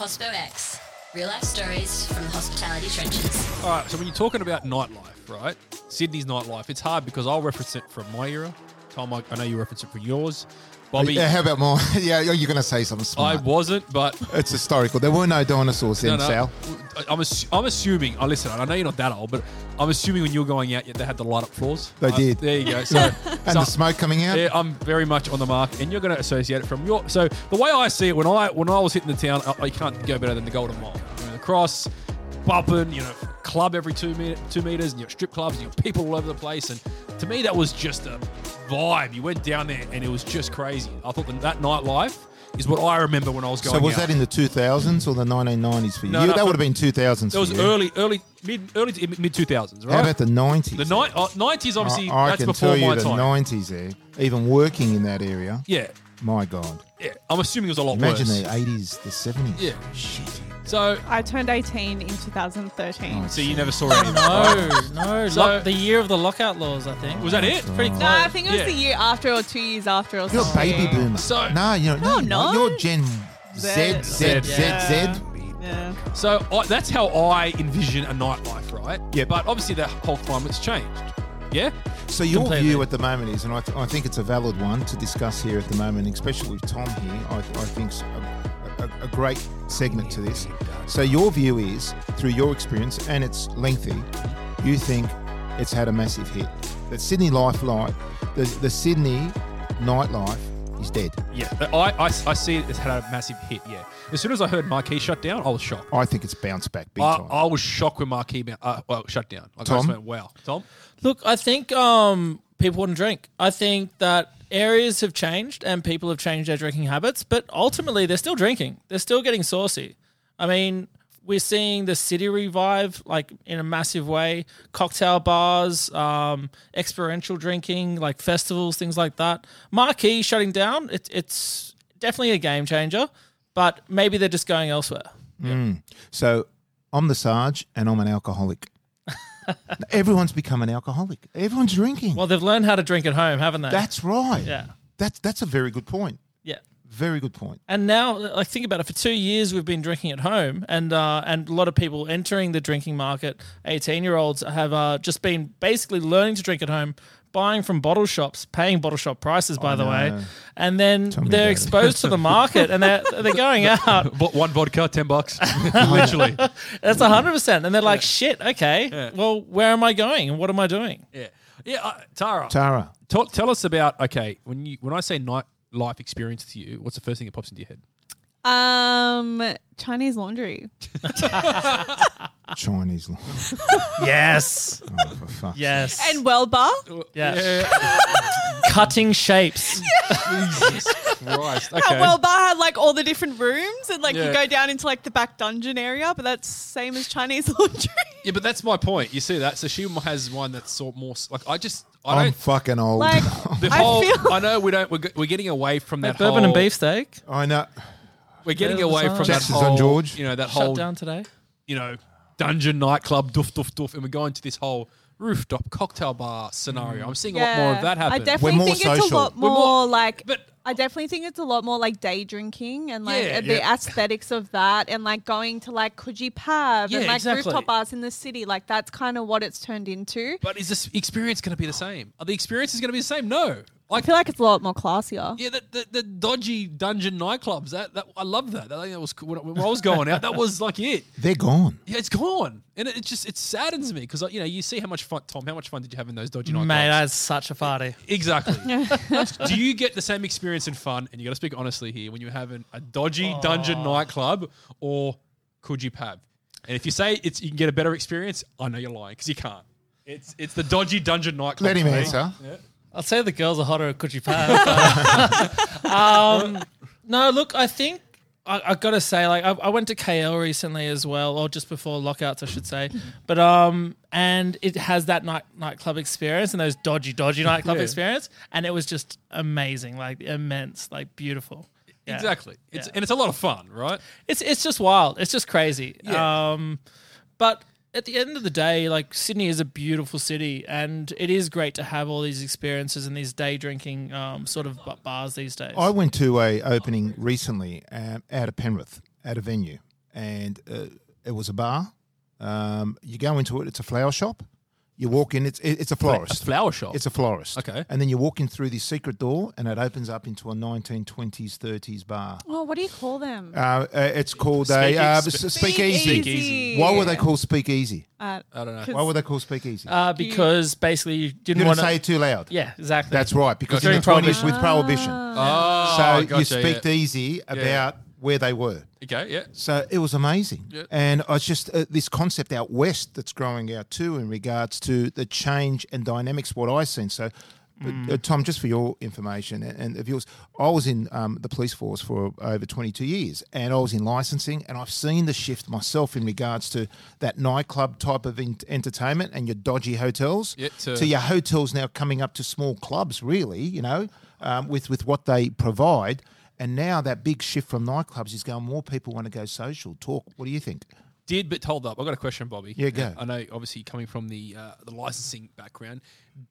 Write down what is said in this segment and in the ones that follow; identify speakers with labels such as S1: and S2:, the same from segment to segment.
S1: Hospo X. Real life stories from the hospitality trenches.
S2: All right, so when you're talking about nightlife, right? Sydney's nightlife, it's hard because I'll reference it from my era. Tom, I I know you reference it from yours. Bobby,
S3: yeah, how about more? yeah, oh, you're going to say something
S2: I
S3: smart.
S2: wasn't, but
S3: it's historical. There were no dinosaurs then,
S2: No, no.
S3: Sal.
S2: I- I'm, assu- I'm assuming. I listen. I know you're not that old, but I'm assuming when you were going out, yeah, they had the light up floors.
S3: They
S2: Uh,
S3: did.
S2: There you go. So,
S3: And
S2: so-
S3: the smoke coming out.
S2: yeah, I'm very much on the mark, and you're going to associate it from your. So the way I see it, when I when I was hitting the town, I, I can't go better than the Golden Mile. You know, the cross, bumping, you know, club every two minute, two meters, and your strip clubs, and your people all over the place. And to me, that was just a vibe. You went down there, and it was just crazy. I thought that, that nightlife is what I remember when I was going.
S3: So was
S2: out.
S3: that in the 2000s or the 1990s for you?
S2: No,
S3: You-
S2: no,
S3: that would have
S2: for-
S3: been 2000s.
S2: That was
S3: for you.
S2: early, early, mid, early to mid two thousands, right?
S3: How about the 90s?
S2: The ni- uh, 90s, obviously,
S3: I, I
S2: that's
S3: can
S2: before
S3: tell you
S2: my
S3: the
S2: time.
S3: 90s there, even working in that area.
S2: yeah,
S3: My God.
S2: yeah. I'm assuming it was a lot
S3: Imagine
S2: worse.
S3: the 80s, the 70s.
S2: Yeah.
S3: Shit.
S2: So,
S4: I turned 18 in 2013.
S3: Nice.
S2: so you never saw any.
S5: No, no.
S2: So-
S5: lock- the year of the lockout laws, I think.
S2: Was that it?
S5: pretty
S3: Oh.
S5: close?
S4: No, I think it was
S2: Yeah.
S4: the year after or two years after or
S3: You're a
S4: something.
S3: baby boomer.
S2: So-
S3: no, you're, no,
S4: No,
S3: you're not.
S4: no.
S3: You're Gen Z, Z,
S4: Z.
S3: Z, Z.
S4: Yeah. Yeah.
S2: So I, that's how I envision a nightlife, right?
S3: Yeah.
S2: But obviously, the whole climate's changed. Yeah.
S3: So your
S5: Completely.
S3: view at the moment is, and I, th- I think it's a valid one to discuss here at the moment, especially with Tom here. I, I think's a, a, a great segment to this. So your view is, through your experience, and it's lengthy, you think it's had a massive hit. That Sydney life, life, the, the Sydney nightlife is dead.
S2: Yeah. But I, I, I see it as had a massive hit. Yeah. As soon as I heard Marquee shut down, I was shocked.
S3: I think it's bounced back big
S2: I,
S3: time.
S2: I was shocked when Marquee ba- uh, well, shut down. Like, I just
S3: Tom?
S2: went, wow. Tom?
S5: Look, I think um, people wouldn't drink. I think that areas have changed and people have changed their drinking habits, but ultimately they're still drinking. They're still getting saucy. I mean, we're seeing the city revive like in a massive way. Cocktail bars, um, experiential drinking, like festivals, things like that. Marquee shutting down. It, it's definitely a game changer, but maybe they're just going elsewhere.
S3: So I'm the Sarge and I'm an alcoholic. Everyone's become an alcoholic. Everyone's drinking.
S5: Well, they've learned how to drink at home, haven't they?
S3: that's right.
S5: Yeah.
S3: That's that's a very good point.
S5: yeah.
S3: Very good point.
S5: And now, like, think about it. For two years, we've been drinking at home, and uh, and a lot of people entering the drinking market, eighteen year olds, have uh, just been basically learning to drink at home, buying from bottle shops, paying bottle shop prices, by the way, and then
S3: me
S5: they're
S3: about it.
S5: exposed to the market, and they're they're going out.
S2: Vo- One vodka, 10 bucks. Literally.
S5: That's hundred percent, and they're like, shit, okay, well, where am I going, and what am I doing?
S2: Yeah. Yeah. Uh, Tara.
S3: Tara,
S2: Tell, tell us about okay when you when I say night life experience to you, what's the first thing that pops into your head?
S4: Um, Chinese laundry.
S2: Ah.
S3: Chinese law.
S5: Yes,
S3: Oh, for fuck's
S5: yes,
S4: And well bar.
S5: yeah. cutting shapes.
S2: Christ.
S4: How
S2: Okay.
S4: well bar had like all the different rooms and like
S2: Yeah.
S4: you go down into like the back dungeon area, but that's same as Chinese laundry.
S2: yeah, but that's my point. You see that? So she has one that's sort of more s- like I just I
S3: I'm
S2: don't.
S3: fucking old.
S4: Like
S2: The
S4: I
S2: whole,
S4: feel
S2: I know we don't. We're, g- we're getting away from that
S5: Bourbon and
S2: whole-
S5: beefsteak.
S3: I know.
S2: We're getting
S5: Yeah,
S2: away
S5: that's
S2: from
S3: Jackson's
S2: that whole.
S3: on George.
S2: You know that
S5: Shut
S2: whole.
S5: down today.
S2: You know, dungeon nightclub, doof doof doof, and we're going to this whole rooftop cocktail bar scenario. I'm seeing a lot more of that happen.
S4: I definitely
S3: We're more
S4: think it's a
S3: social.
S4: lot
S2: We're
S4: more,
S2: more-
S4: like.
S2: but-
S4: I definitely think it's a lot more like day drinking and like
S2: Yeah,
S4: the
S2: yeah.
S4: aesthetics of that and like going to like Coogee Pub
S2: Yeah,
S4: and like
S2: exactly.
S4: rooftop bars in the city. Like that's kind of what it's turned into.
S2: but is this experience going to be the same? Are the experiences going to be the same? No.
S4: I feel like it's a lot more classier.
S2: Yeah, the, the, the dodgy dungeon nightclubs. That, that I love that. I think that was cool. when, I- when I was going out. That was like it.
S3: They're gone.
S2: Yeah, it's gone, and it, it just it saddens me because you know you see how much fun Tom. How much fun did you have in those dodgy nightclubs?
S5: Mate, that's such a party.
S2: exactly. Do you get the same experience and fun? And you got to speak honestly here when you're having a dodgy dungeon nightclub or could you pub? And if you say it's you can get a better experience, I know you're lying because you can't. It's it's the dodgy dungeon nightclub.
S3: Let him
S2: for me.
S3: answer.
S5: I'd say the girls are hotter at Coogee Park, but- um, no, look, I think I, I gotta say, like, I, I went to KL recently as well, or just before lockouts, I should say. But um, and it has that night nightclub experience and those dodgy, dodgy nightclub
S2: Yeah.
S5: experience, and it was just amazing, like immense, like beautiful. Yeah.
S2: Exactly. It's
S5: Yeah.
S2: and it's a lot of fun, right?
S5: It's it's just wild. It's just crazy.
S2: Yeah.
S5: Um, but at the end of the day, like Sydney is a beautiful city, and it is great to have all these experiences and these day drinking um, sort of b- bars these days.
S3: I went to a opening recently um, out of Penrith at a venue, and uh, it was a bar. Um, you go into it; it's a flower shop. You walk in; it's it, Oh, it's a
S2: A
S3: florist.
S2: flower shop.
S3: It's a florist.
S2: Okay.
S3: And then you walk in through this secret door, and it opens up into a 1920s, 30s bar.
S4: Oh, what do you call them?
S3: Uh, uh, it's called a uh,
S2: Speakeasy.
S3: s- speakeasy. Why were they called speakeasy?
S4: Uh,
S2: I don't know.
S3: Why were they called speakeasy?
S5: uh, because basically you
S3: you
S5: didn't
S3: didn't
S5: want
S3: say it
S5: to.
S3: too loud.
S5: Yeah, exactly.
S3: That's right. Because in
S5: During
S3: the 20s
S5: Prohibition. Ah.
S3: with prohibition.
S2: Oh,
S3: so you
S2: gotcha,
S3: speak easy about where they were.
S2: yeah. Okay, yeah.
S3: So it was amazing.
S2: Yeah.
S3: And it's just uh, this concept out west that's growing out too in regards to the change and dynamics, what I've seen. So,
S5: Mm.
S3: uh, uh, Tom, just for your information and, and of yours, I was in um, the police force for over 22 years and I was in licensing and I've seen the shift myself in regards to that nightclub type of in- entertainment and your dodgy hotels
S2: Yeah, to-
S3: to your hotels now coming up to small clubs, really, you know, um, with, with what they provide. And now that big shift from nightclubs is going, more people want to go social, talk. What do you think?
S2: Did but hold up. I got a question, Bobby.
S3: Yeah, go.
S2: I know, obviously, coming from the uh, the licensing background,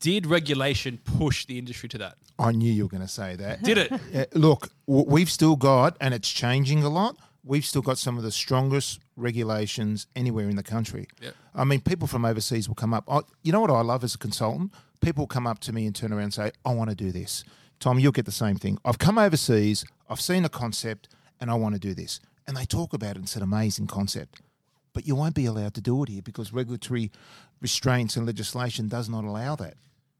S2: did regulation push the industry to that?
S3: I knew you were going to say that.
S2: Did it?
S3: Uh, look, w- we've still got, and it's changing a lot, we've still got some of the strongest regulations anywhere in the country.
S2: Yep.
S3: I mean, people from overseas will come up. I, you know what I love as a consultant? People come up to me and turn around and say, I want to do this. Tom, you'll get the same thing. I've come overseas, I've seen a concept, and I want to do this. And they talk about it and it's an amazing concept. But you won't be allowed to do it here because regulatory restraints and legislation does not allow that.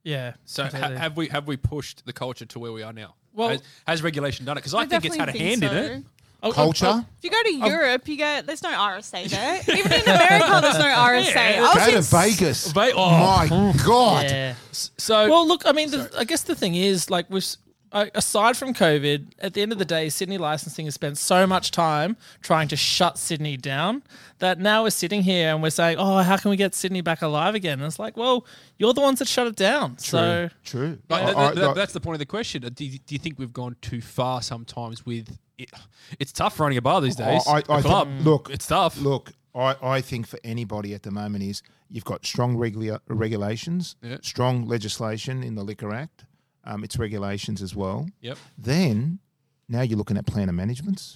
S5: yeah.
S2: So ha-
S5: completely.
S2: have we have we pushed the culture to where we are now?
S5: Well-
S2: has, has regulation done it? Because I, think it's had a
S4: definitely
S2: hand
S4: think
S2: in
S4: so.
S2: it.
S5: Oh, oh,
S3: Culture?
S2: uh,
S5: oh,
S4: If you go to Europe, you get there's no RSA there. Even in America, there's no RSA. I was
S3: Go to
S4: in-
S3: Vegas.
S2: Ve- oh.
S3: My God.
S5: yeah.
S2: So
S5: Well, look, I mean, the, I guess the thing is, like, we've s- I- aside from COVID, at the end of the day, Sydney licensing has spent so much time trying to shut Sydney down that now we're sitting here and we're saying, "Oh, how can we get Sydney back alive again?" And it's like, well, you're the ones that shut it down. So
S3: True.
S2: But
S3: I-
S2: th-
S3: I-
S2: th- th-
S3: I-
S2: that's the point of the question. Do you, do you think we've gone too far sometimes with it? It's tough running a bar these days.
S3: I- I-
S2: A
S3: I think-
S2: club,
S3: look,
S2: it's tough.
S3: Look, I, I think for anybody at the moment is you've got strong regula- regulations,
S2: Yeah.
S3: strong legislation in the Liquor Act, um, its regulations as well.
S2: Yep.
S3: Then now you're looking at planner managements.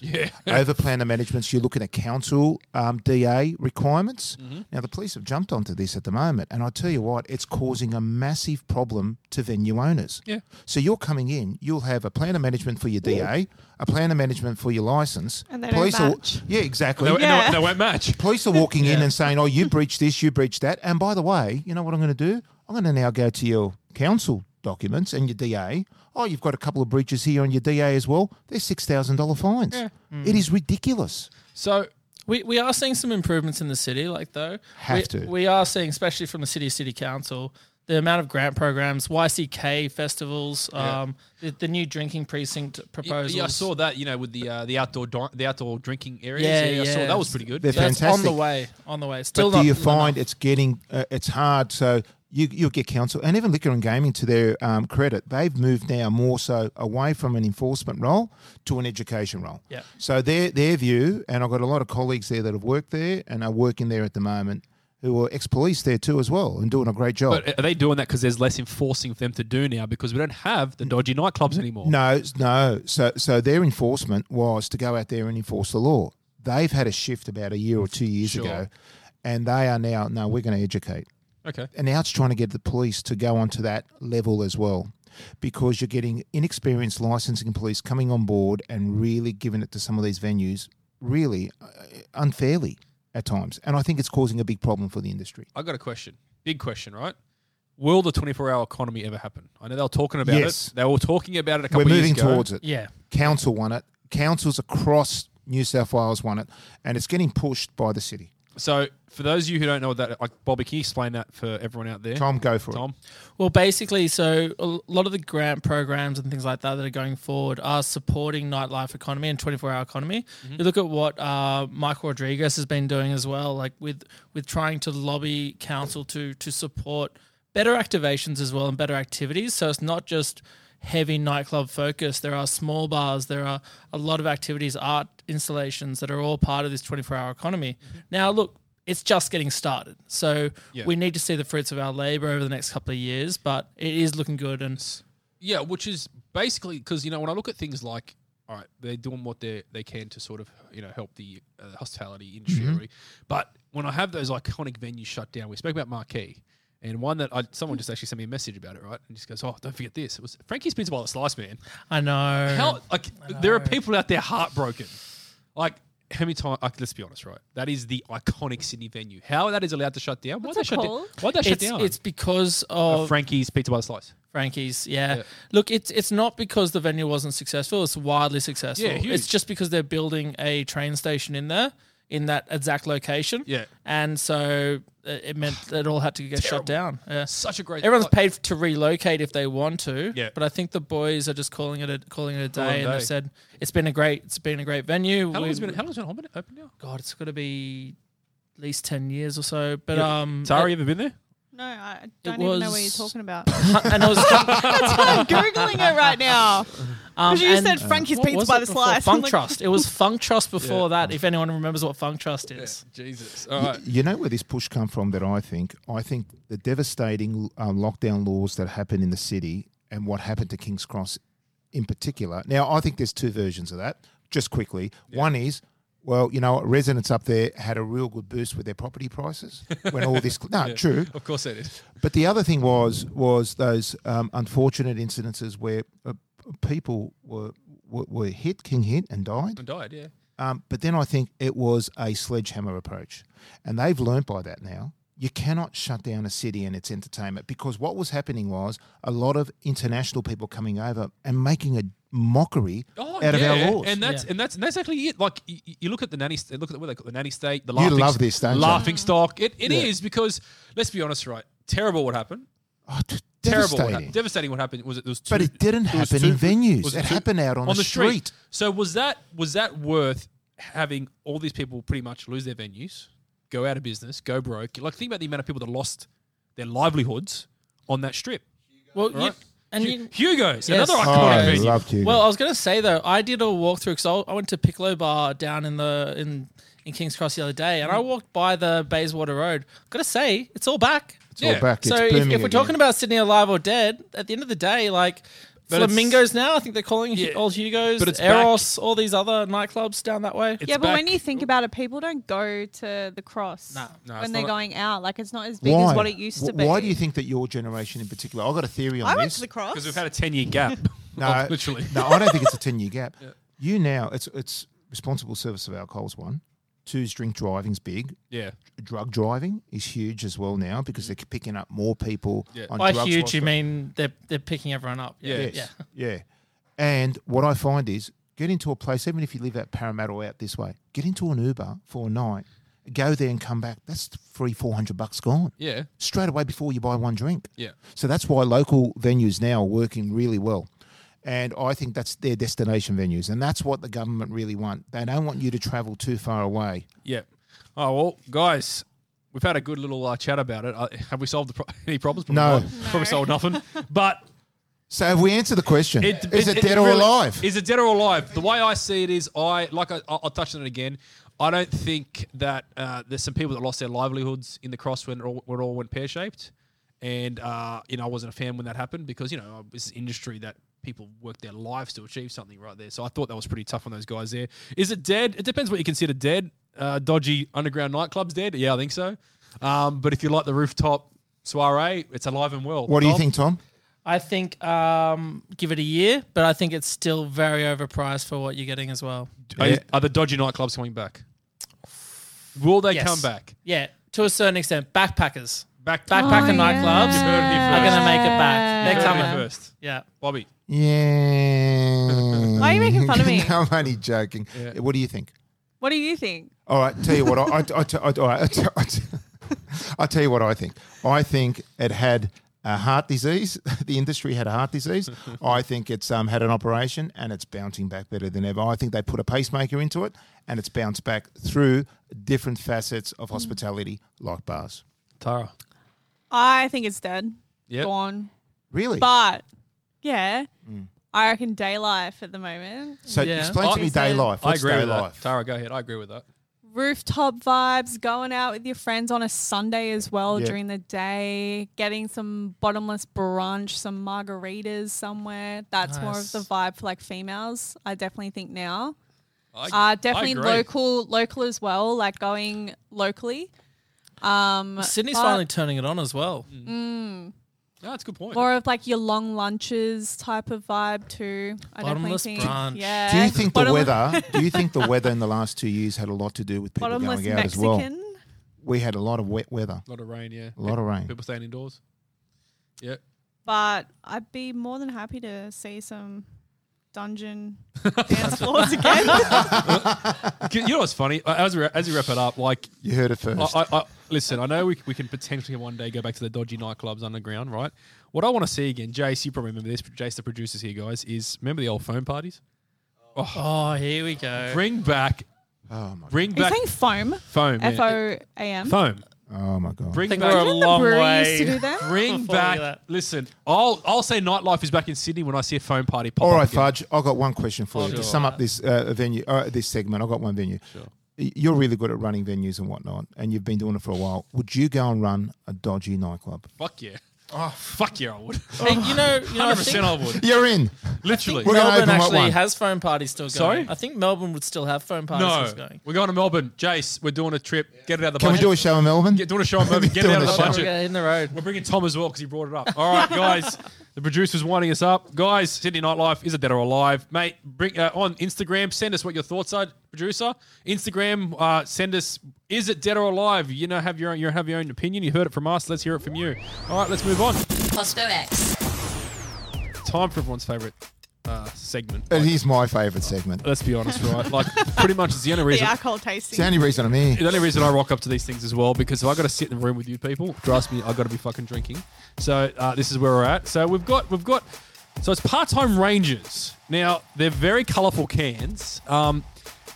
S2: Yeah.
S3: Over planner managements, you're looking at council um, DA requirements.
S2: Mm-hmm.
S3: Now, the police have jumped onto this at the moment. And I tell you what, it's causing a massive problem to venue owners.
S2: Yeah.
S3: So you're coming in, you'll have a planner management for your DA, a planner management for your license.
S4: And they don't
S3: are-
S4: match.
S3: yeah, exactly.
S2: No,
S4: Yeah.
S2: no, they won't match.
S3: Police are walking in and saying, "Oh, you breached this, you breached that." And by the way, you know what I'm going to do? I'm going to now go to your council documents and your DA. Oh, you've got a couple of breaches here on your DA as well. They're six thousand dollar fines. It is ridiculous.
S2: So
S5: We, we are seeing some improvements in the city, like though.
S3: Have
S5: we,
S3: to.
S5: We are seeing, especially from the city city council, the amount of grant programs, YCK festivals, um, the, the new drinking precinct
S2: yeah,
S5: proposals.
S2: I saw that. You know, with the uh, the outdoor di- the outdoor drinking areas.
S5: Yeah,
S2: I saw
S5: yeah.
S2: that was pretty good.
S3: They're
S2: Yeah.
S5: That's on the
S3: Fantastic.
S5: way. On the way. Still
S3: But do
S5: not
S3: you
S5: enough.
S3: find it's getting uh, it's hard? So you you'll get council and even liquor and gaming to their um, credit, they've moved now more so away from an enforcement role to an education role.
S5: Yeah.
S3: So their their view, and I've got a lot of colleagues there that have worked there and are working there at the moment, who are ex police there too as well and doing a great job.
S2: But are they doing that because there's less enforcing for them to do now because we don't have the dodgy nightclubs anymore?
S3: No, s- no. So, so their enforcement was to go out there and enforce the law. They've had a shift about a year or two years
S2: Sure.
S3: ago, and they are now no. We're going to educate.
S2: Okay.
S3: And now it's trying to get the police to go onto that level as well, because you're getting inexperienced licensing police coming on board and really giving it to some of these venues really uh, unfairly at times. And I think it's causing a big problem for the industry.
S2: I got a question. Big question, right? Will the 24 hour economy ever happen? I know they were talking about
S3: Yes.
S2: it. They were talking about it a couple
S3: We're
S2: of years
S3: moving
S2: ago.
S3: towards it.
S5: Yeah.
S3: Council won it. Councils across New South Wales won it, and it's getting pushed by the city.
S2: So, for those of you who don't know what that, like Bobby, can you explain that for everyone out there?
S3: Tom, go for
S2: Tom?
S5: Well, basically, so a lot of the grant programs and things like that that are going forward are supporting nightlife economy and 24-hour economy. You look at what uh, Michael Rodriguez has been doing as well, like with with trying to lobby council to to support better activations as well and better activities. So it's not just heavy nightclub focus. There are small bars. There are a lot of activities, art installations that are all part of this 24-hour economy. Now, look, it's just getting started. So we need to see the fruits of our labor over the next couple of years, but it is looking good. And
S2: Yeah, which is basically because, you know, when I look at things like, all right, they're doing what they they can to sort of you know help the uh, hospitality industry.
S5: Mm-hmm.
S2: already. But when I have those iconic venues shut down, we spoke about Marquee. And one that I, someone just actually sent me a message about it, right? And just goes, "Oh, don't forget this. It was Frankie's Pizza by the Slice Man.
S5: I know.
S2: How like there are people out there heartbroken. Like how many times? Like, let's be honest, right? That is the iconic Sydney venue. How that is allowed to shut down? Why
S4: What's
S2: they
S4: it
S2: shut down?
S4: called?
S2: Why they shut
S5: it's,
S2: down?
S5: it's because
S2: Uh,
S5: of
S2: Frankie's Pizza by the Slice.
S5: Frankie's. Yeah.
S2: Yeah.
S5: Look, it's it's not because the venue wasn't successful. It's wildly successful.
S2: Yeah, huge.
S5: It's just because they're building a train station in there in that exact location.
S2: Yeah.
S5: And so uh, it meant it all had to get shut down. Yeah.
S2: Such a great.
S5: Everyone's
S2: like-
S5: paid to relocate if they want to.
S2: Yeah.
S5: But I think the boys are just calling it a calling it a day,
S2: Calling it a
S5: and they
S2: day.
S5: said it's been a great it's been a great venue.
S2: How
S5: We-
S2: long's been? How long's been open open now?
S5: God, it's got to be at least ten years or so. But
S2: Yeah.
S3: Mm,
S5: um,
S2: Tari, you ever been there?
S4: No, I don't even know what you're
S5: was-
S4: talking about.
S5: and it was
S4: I'm googling it right now.
S5: um,
S4: Because you
S5: and-
S4: said Frankie's
S5: What
S4: Pizza
S5: was
S4: by
S5: it
S4: the
S5: before?
S4: Slice. I'm
S5: Funk
S4: like,
S5: Trust. It was Funk Trust before that. If anyone remembers what Funk Trust is,
S2: Jesus. All right.
S3: You know where this push come from that I think? I think the devastating um, lockdown laws that happened in the city and what happened to King's Cross in particular. Now, I think there's two versions of that, just quickly. One is, well, you know, what, residents up there had a real good boost with their property prices when all this. No, true.
S2: Of course it is.
S3: But the other thing was was those um, unfortunate incidences where uh, p- people were, were were hit, King hit, and died.
S2: And died. Yeah.
S3: Um, but then I think it was a sledgehammer approach. And they've learned by that now. You cannot shut down a city and its entertainment because what was happening was a lot of international people coming over and making a mockery
S2: Oh,
S3: out
S2: yeah.
S3: of our laws.
S2: and that's
S5: Yeah.
S2: and that's and that's actually it. Like you, you look at the nanny, st- look at the, what they call it, the nanny state. The laughing,
S3: love this, don't you?
S2: laughing stock. It it is because let's be honest, right? Terrible what happened.
S3: Oh, d-
S2: Terrible, what
S3: devastating.
S2: hap- devastating. What happened was it? There was two,
S3: But it didn't
S2: there was
S3: happen in venues.
S2: was
S3: It happened out on the street.
S2: So was that was that worth having all these people pretty much lose their venues, go out of business, go broke? Like think about the amount of people that lost their livelihoods on that strip.
S5: well, you,
S2: Right.
S5: and you,
S2: Hugo's
S5: Yes.
S2: another
S5: Oh,
S2: iconic
S5: I
S2: venue.
S3: loved Hugo.
S5: Well, I was gonna say though, I did a walkthrough because I went to Piccolo Bar down in the in in King's Cross the other day, and I walked by the Bayswater Road. Gotta say, it's all back.
S3: It's all back.
S5: so
S3: it's
S5: if,
S3: booming
S5: if we're
S3: again.
S5: talking about Sydney alive or dead, at the end of the day, like.
S2: But it's-
S5: Flamingos now, I think they're calling
S2: Yeah.
S5: it old Hugo's,
S2: But it's back.
S5: Eros, all these other nightclubs down that way.
S2: It's
S4: yeah, but when
S2: back.
S4: you think about it, people don't go to the cross
S5: No,
S2: no, it's
S4: when they're
S2: not-
S4: going out. Like it's not as big as what it used to
S3: Wh-
S4: be.
S3: Why do you think that your generation in particular? I've got a theory on
S4: I
S3: this.
S4: went to the cross.
S2: Because we've had a 10 year gap.
S3: No,
S2: literally.
S3: No, I don't think it's a ten year gap. You now, it's it's responsible service of alcohol's one. Two's drink driving's big.
S2: Yeah.
S3: Drug driving is huge as well now because they're picking up more people
S2: Yeah.
S3: on
S5: By
S3: drugs.
S5: huge,
S3: whilst
S5: you
S3: they-
S5: mean they're they're picking everyone up.
S2: Yeah.
S3: Yes. Yeah. And what I find is get into a place, even if you live out Parramatta or out this way, get into an Uber for a night, go there and come back. That's three, four hundred bucks gone
S2: Yeah.
S3: straight away before you buy one drink.
S2: Yeah.
S3: So that's why local venues now are working really well. And I think that's their destination venues. And that's what the government really want. They don't want you to travel too far away.
S2: Yeah. Oh, well, guys, we've had a good little uh, chat about it. Uh, have we solved the pro- any problems?
S3: No.
S2: Probably, not. Probably solved nothing. But
S3: So have we answered the question? Is
S2: It-
S3: it, dead or
S2: really-
S3: alive?
S2: Is it dead or alive? The way I see it is, I like I, I'll I'll touch on it again. I don't think that uh, there's some people that lost their livelihoods in the cross when it all, when it all went pear shaped, and uh, you know I wasn't a fan when that happened because you know it's an industry that people work their lives to achieve something right there. So I thought that was pretty tough on those guys there. Is it dead? It depends what you consider dead. Uh, dodgy underground nightclubs dead? Yeah, I think so. Um, but if you like the rooftop soiree, it's alive and well.
S3: what do you
S2: Tom?
S3: think, Tom?
S5: I think um, give it a year, but I think it's still very overpriced for what you're getting as well.
S2: Are,
S3: Yeah.
S2: are the dodgy nightclubs coming back? Will they
S5: Yes.
S2: come back?
S5: Yeah, to a certain extent, backpackers,
S2: Back to
S5: backpacker
S4: Oh,
S5: nightclubs
S4: yeah.
S5: are going to make it
S4: Yeah.
S5: back.
S2: You
S5: They're
S2: heard
S4: Come
S2: me
S5: coming.
S2: first.
S5: Yeah,
S2: Bobby.
S3: Yeah.
S4: Why are you making fun of me?
S3: no, I'm only joking.
S2: Yeah.
S3: What do you think?
S4: What do you think?
S3: All right, tell you what. I, I, I, I, I, I, I, I'll tell you what I think. I think it had a heart disease. The industry had a heart disease. I think it's um, had an operation and it's bouncing back better than ever. I think they put a pacemaker into it and it's bounced back through different facets of hospitality, like bars.
S2: Tara.
S4: I think it's dead.
S2: Yep.
S4: Gone.
S3: Really?
S4: But yeah,
S3: Mm.
S4: I reckon day life at the moment.
S3: so
S5: Yeah.
S3: explain to
S4: I-
S3: me day life.
S2: I
S3: What's
S2: agree
S3: day
S2: with
S3: life?
S2: that. Tara, go ahead. I agree with that.
S4: rooftop vibes, going out with your friends on a Sunday as well
S3: Yeah.
S4: during the day, getting some bottomless brunch, some margaritas somewhere. That's more of
S5: Nice.
S4: the vibe for like females. I definitely think now.
S2: I-
S4: Uh, definitely
S2: agree.
S4: local, local as well. Like going locally. Um,
S5: Sydney's
S4: but
S5: finally turning it on as well.
S2: No, that's a good point.
S4: more of like your long lunches type of vibe too. I definitely
S5: Bottomless
S4: think.
S5: brunch.
S4: Yeah.
S3: Do you think the
S4: Bottom-
S3: weather? do you think the weather in the last two years had a lot to do with people going out
S4: Bottomless
S3: as well?
S4: Mexican.
S3: We had a lot of wet weather,
S2: a lot of rain, yeah.
S3: a lot of rain.
S2: People staying indoors. Yeah.
S4: but I'd be more than happy to see some dungeon dance floors again.
S2: You know what's funny? Uh, As we, as we wrap it up, like
S3: You heard it first.
S2: I, I, I, listen, I know we, we can potentially one day go back to the dodgy nightclubs underground, right? What I want to see again, Jace, you probably remember this, but Jace, the producers here, guys, is remember the old phone parties?
S5: Oh, here we go.
S2: Bring back,
S3: oh my,
S2: bring
S4: Are you
S2: back
S4: saying foam?
S2: foam,
S4: F
S2: man.
S4: O A M.
S2: foam.
S3: oh my god!
S5: I
S2: Bring
S5: think
S2: back,
S5: we're a
S4: Didn't the
S5: long
S4: brewery
S5: way.
S4: used to do that?
S2: bring
S5: Before we
S2: back.
S5: do that.
S2: Listen, I'll I'll say nightlife is back in Sydney when I see a phone party pop
S3: All
S2: up
S3: right,
S2: again.
S3: Fudge. I've got one question for you
S5: Sure.
S3: to sum up this uh, venue, uh, this segment. I've got one venue.
S2: Sure.
S3: Y- You're really good at running venues and whatnot, and you've been doing it for a while. Would you go and run a dodgy nightclub?
S2: Fuck yeah. Oh, fuck yeah, I would.
S5: Hey, you know, you know I
S2: 100%
S5: think
S2: I would.
S3: You're in.
S2: Literally.
S3: We're gonna
S5: Melbourne
S3: open up
S5: actually
S3: one.
S5: has phone parties still going.
S2: Sorry?
S5: I think Melbourne would still have phone parties
S2: No.
S5: still going.
S2: We're going to Melbourne. Jace, we're doing a trip. Get it out of the
S3: Can we
S2: budget.
S3: do a show in Melbourne?
S2: Get, doing a show in Melbourne. Get it
S3: Doing
S2: out of
S3: a
S2: the
S3: show.
S2: budget.
S5: We're in the
S2: We're
S5: road.
S2: bringing Tom as well because he brought it up. All right, guys. The producer's winding us up. Guys, Sydney Nightlife is a dead or alive. Mate, bring uh, on Instagram. Send us what your thoughts are, producer. Instagram, uh, send us, is it dead or alive? You know, have your own, you have your own opinion. You heard it from us. Let's hear it from you. All right, let's move on.
S1: Hospo X.
S2: Time for everyone's favorite uh, segment.
S3: It is my favourite segment.
S2: Let's be honest, right? Like, pretty much it's the only
S4: The
S2: reason.
S4: alcohol
S3: It's the
S4: tasting.
S3: only reason I'm here.
S2: The only reason I rock up to these things as well because if I got to sit in the room with you people, trust me, I got to be fucking drinking. So uh, this is where we're at. So we've got we've got so it's part time rangers. Now they're very colourful cans. Um,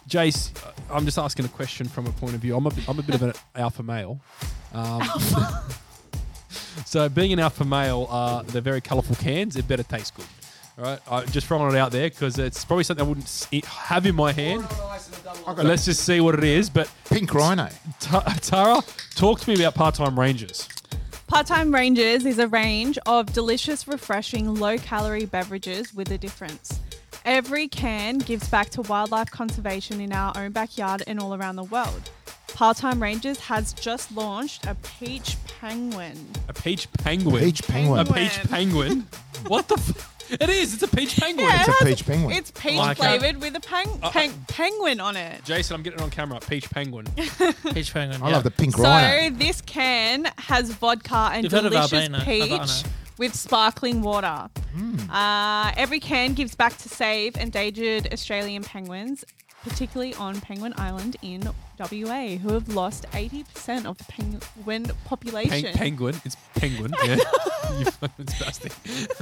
S2: Jace, uh, I'm just asking a question from a point of view. I'm a bit- I'm a bit of an alpha male. Um, So being an alpha male, uh, they're very colourful cans. It better taste good. All right, I'm just throwing it out there because it's probably something I wouldn't s- have in my hand. Let's just see what it is. But
S3: Pink Rhino.
S2: Ta- uh, Tara, talk to me about part-time rangers.
S4: Part time Rangers is a range of delicious, refreshing, low calorie beverages with a difference. Every can gives back to wildlife conservation in our own backyard and all around the world. Part time Rangers has just launched a peach penguin.
S2: A peach penguin.
S3: Peach
S2: a
S3: Penguin.
S4: Penguin.
S2: peach penguin. what the? F- it is. It's a peach penguin.
S4: Yeah,
S3: It's a
S4: it has-
S3: peach penguin.
S4: It's peach
S2: Like a-
S4: flavored with a peng-
S5: Uh,
S4: peng- penguin on it.
S2: Jason, I'm getting it on camera. Peach penguin.
S5: Peach Penguin.
S3: I
S5: yeah.
S3: love the Pink
S4: So
S3: Rhino.
S4: this can has vodka and
S5: You've heard of
S4: delicious
S5: Albano-
S4: peach
S5: Albano. Hmm.
S4: with sparkling water. Uh, every can gives back to save endangered Australian penguins, particularly on Penguin Island in WA, who have lost 80% of the penguin population.
S2: Pen- penguin. It's penguin. Yeah. you fucking spastic.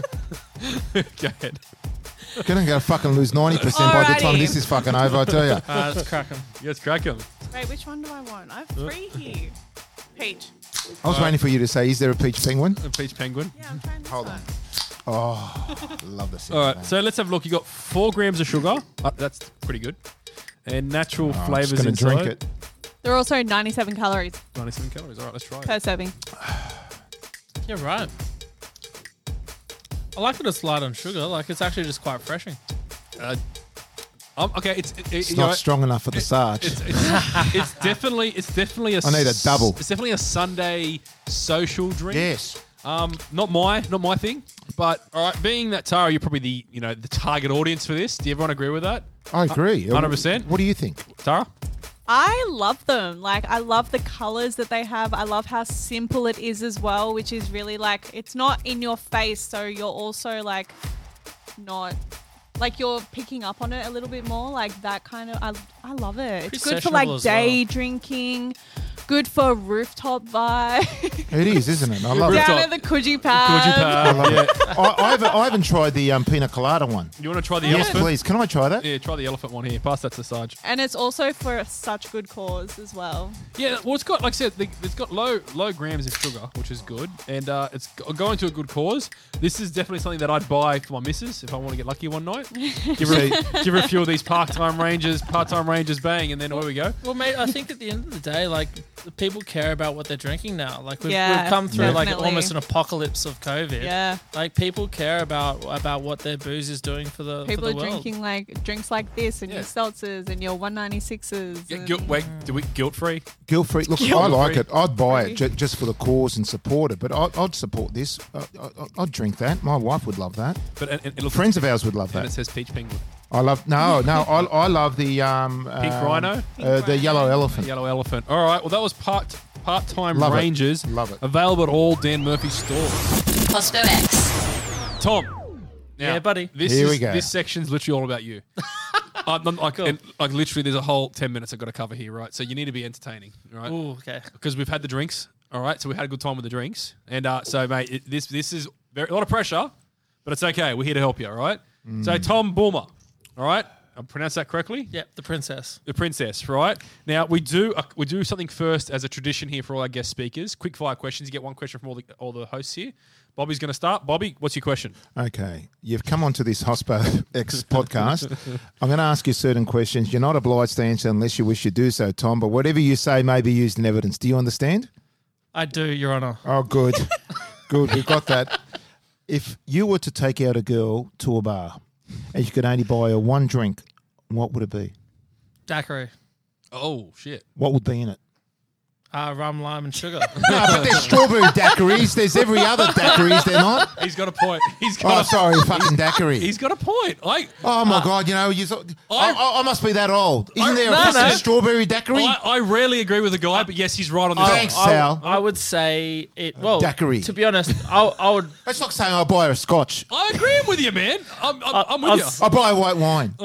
S2: Go ahead.
S3: Gonna go fucking lose 90% by the time
S4: Alrighty.
S3: this is fucking over, I tell you.
S5: Uh, let's crack 'em.
S2: Yes, crack him.
S4: Wait, which one do I want? I have
S5: Uh,
S4: three here. Peach.
S3: I was waiting for you to say, is there a peach penguin?
S2: A peach penguin.
S4: Yeah, I'm trying this
S3: Hold
S4: one.
S3: on. Oh, love the sound.
S2: All
S3: man.
S2: right. So let's have a look. You got four grams of sugar. Uh, that's pretty good. And natural
S3: Oh, I'm
S2: flavors
S3: just gonna
S2: inside.
S3: drink it.
S4: They're also 97 calories
S2: 97 calories. All right, let's try it.
S4: per serving.
S5: Yeah, right. I like that it's light on sugar. Like it's actually just quite refreshing.
S2: Uh, Um, okay, it's it, it-
S3: It's
S2: you
S3: not
S2: know-
S3: strong enough for the Sarge.
S2: It's, it's, it's definitely it's definitely a.
S3: I need a
S2: s-
S3: double.
S2: It's definitely a Sunday social drink.
S3: yes.
S2: Um, not my not my thing, but all right. Being that Tara, you're probably the you know the target audience for this. Do everyone agree with that,
S3: I agree.
S2: 100%.
S3: What do you think?
S2: Tara?
S4: I love them. Like I love the colors that they have. I love how simple it is as well, which is really like it's not in your face, so you're also like not like you're picking up on it a little bit more. Like that kind of I I love it. It's
S5: Pretty
S4: good for like
S5: sessionable as
S4: day
S5: well.
S4: drinking, Good for rooftop vibe.
S3: It is, isn't it? I love it.
S4: Down
S2: Rooftop.
S4: at the Coogee
S2: Could you,
S4: Pad.
S2: pal? yeah.
S3: I, I, haven't, I haven't tried the um, pina colada one.
S2: you want to try the
S3: Yes,
S2: elephant?
S3: please. Can I try that?
S2: Yeah, try the elephant one here. Pass that to Sarge.
S4: And it's also for such good cause as well.
S2: Yeah, well, it's got like I said, the- it's got low low grams of sugar, which is good, and uh, it's go- going to a good cause. This is definitely something that I'd buy for my missus if I want to get lucky one night. give, her, a- give her a few of these part time rangers, part time rangers, bang, and then away we go.
S5: Well, mate, I think at the end of the day, like the people care about what they're drinking now. Like we've,
S4: Yeah,
S5: we've come through like
S4: definitely.
S5: almost an apocalypse of COVID.
S4: Yeah.
S5: Like people care about about what their booze is doing for the
S4: People
S5: for
S4: are
S5: the world.
S4: drinking like drinks like this and
S2: Yeah.
S4: your seltzers and your 196s.
S2: Yeah,
S4: and-
S2: guilt, wait, do we guilt free?
S3: Guilt free. Look, I
S2: Guilt-free.
S3: like it. I'd buy it ju- just for the cause and support it. But I'd, I'd support this. I, I, I'd drink that. My wife would love that.
S2: But and, and it looks
S3: Friends of ours would love
S2: and it
S3: that.
S2: says peach penguin,
S3: I love. No, no. I, I love the um,
S2: Pink
S3: um,
S2: rhino?
S3: uh,
S4: Pink
S3: the
S4: rhino.
S3: yellow elephant.
S2: yellow elephant. All right, well that was part part time
S3: Love it.
S2: rangers.
S3: Love it.
S2: Available at all Dan Murphy stores.
S1: Costco X.
S2: Tom.
S5: Yeah, buddy.
S2: This
S3: Here
S2: is,
S3: we go.
S2: This section's literally all about you. I'm, I'm, like, and, like literally, there's a whole ten minutes I've got to cover here, right? So you need to be entertaining, right?
S5: Ooh, okay.
S2: Because we've had the drinks, all right. So we had a good time with the drinks, and uh, so mate, it, this this is very, a lot of pressure, but it's okay. We're here to help you, all right? So Tom Boomer, all right. I pronounced that correctly
S5: Yeah, the princess.
S2: the princess, right? Now we do uh, we do something first as a tradition here for all our guest speakers. Quick fire questions. You get one question from all the all the hosts here. Bobby's going to start. Bobby, what's your question?
S3: Okay, you've come onto this Hospo X podcast. I'm going to ask you certain questions. You're not obliged to answer unless you wish you do so, Tom. But whatever you say may be used in evidence. Do you understand?
S5: I do, Your Honor.
S3: Oh, good, good. We've got that. If you were to take out a girl to a bar and you could only buy her one drink, what would it be?
S5: Daiquiri,
S2: Oh shit!
S3: What would be in it?
S5: uh, rum, lime, and sugar.
S3: No, Ah, but there's strawberry daiquiris. There's every other daiquiri, is there not?
S2: He's got a point. He's got.
S3: Oh,
S2: a,
S3: sorry, fucking daiquiri.
S2: He's got a point. I,
S3: oh my god, you know, you so, I, I, I must be that old. Isn't there a
S5: no,
S3: fucking
S5: no.
S3: strawberry daiquiri?
S2: I I rarely agree with the guy, but yes, he's right on this.
S3: Thanks,
S2: one.
S3: Sal.
S5: I would say it. Well,
S3: daiquiri.
S5: To be honest, I, I would.
S3: That's like saying I buy her a scotch.
S2: I, I agree with you, man. I'm, I'm, I'm with
S5: I've
S2: you.
S5: s-
S3: I buy a white wine.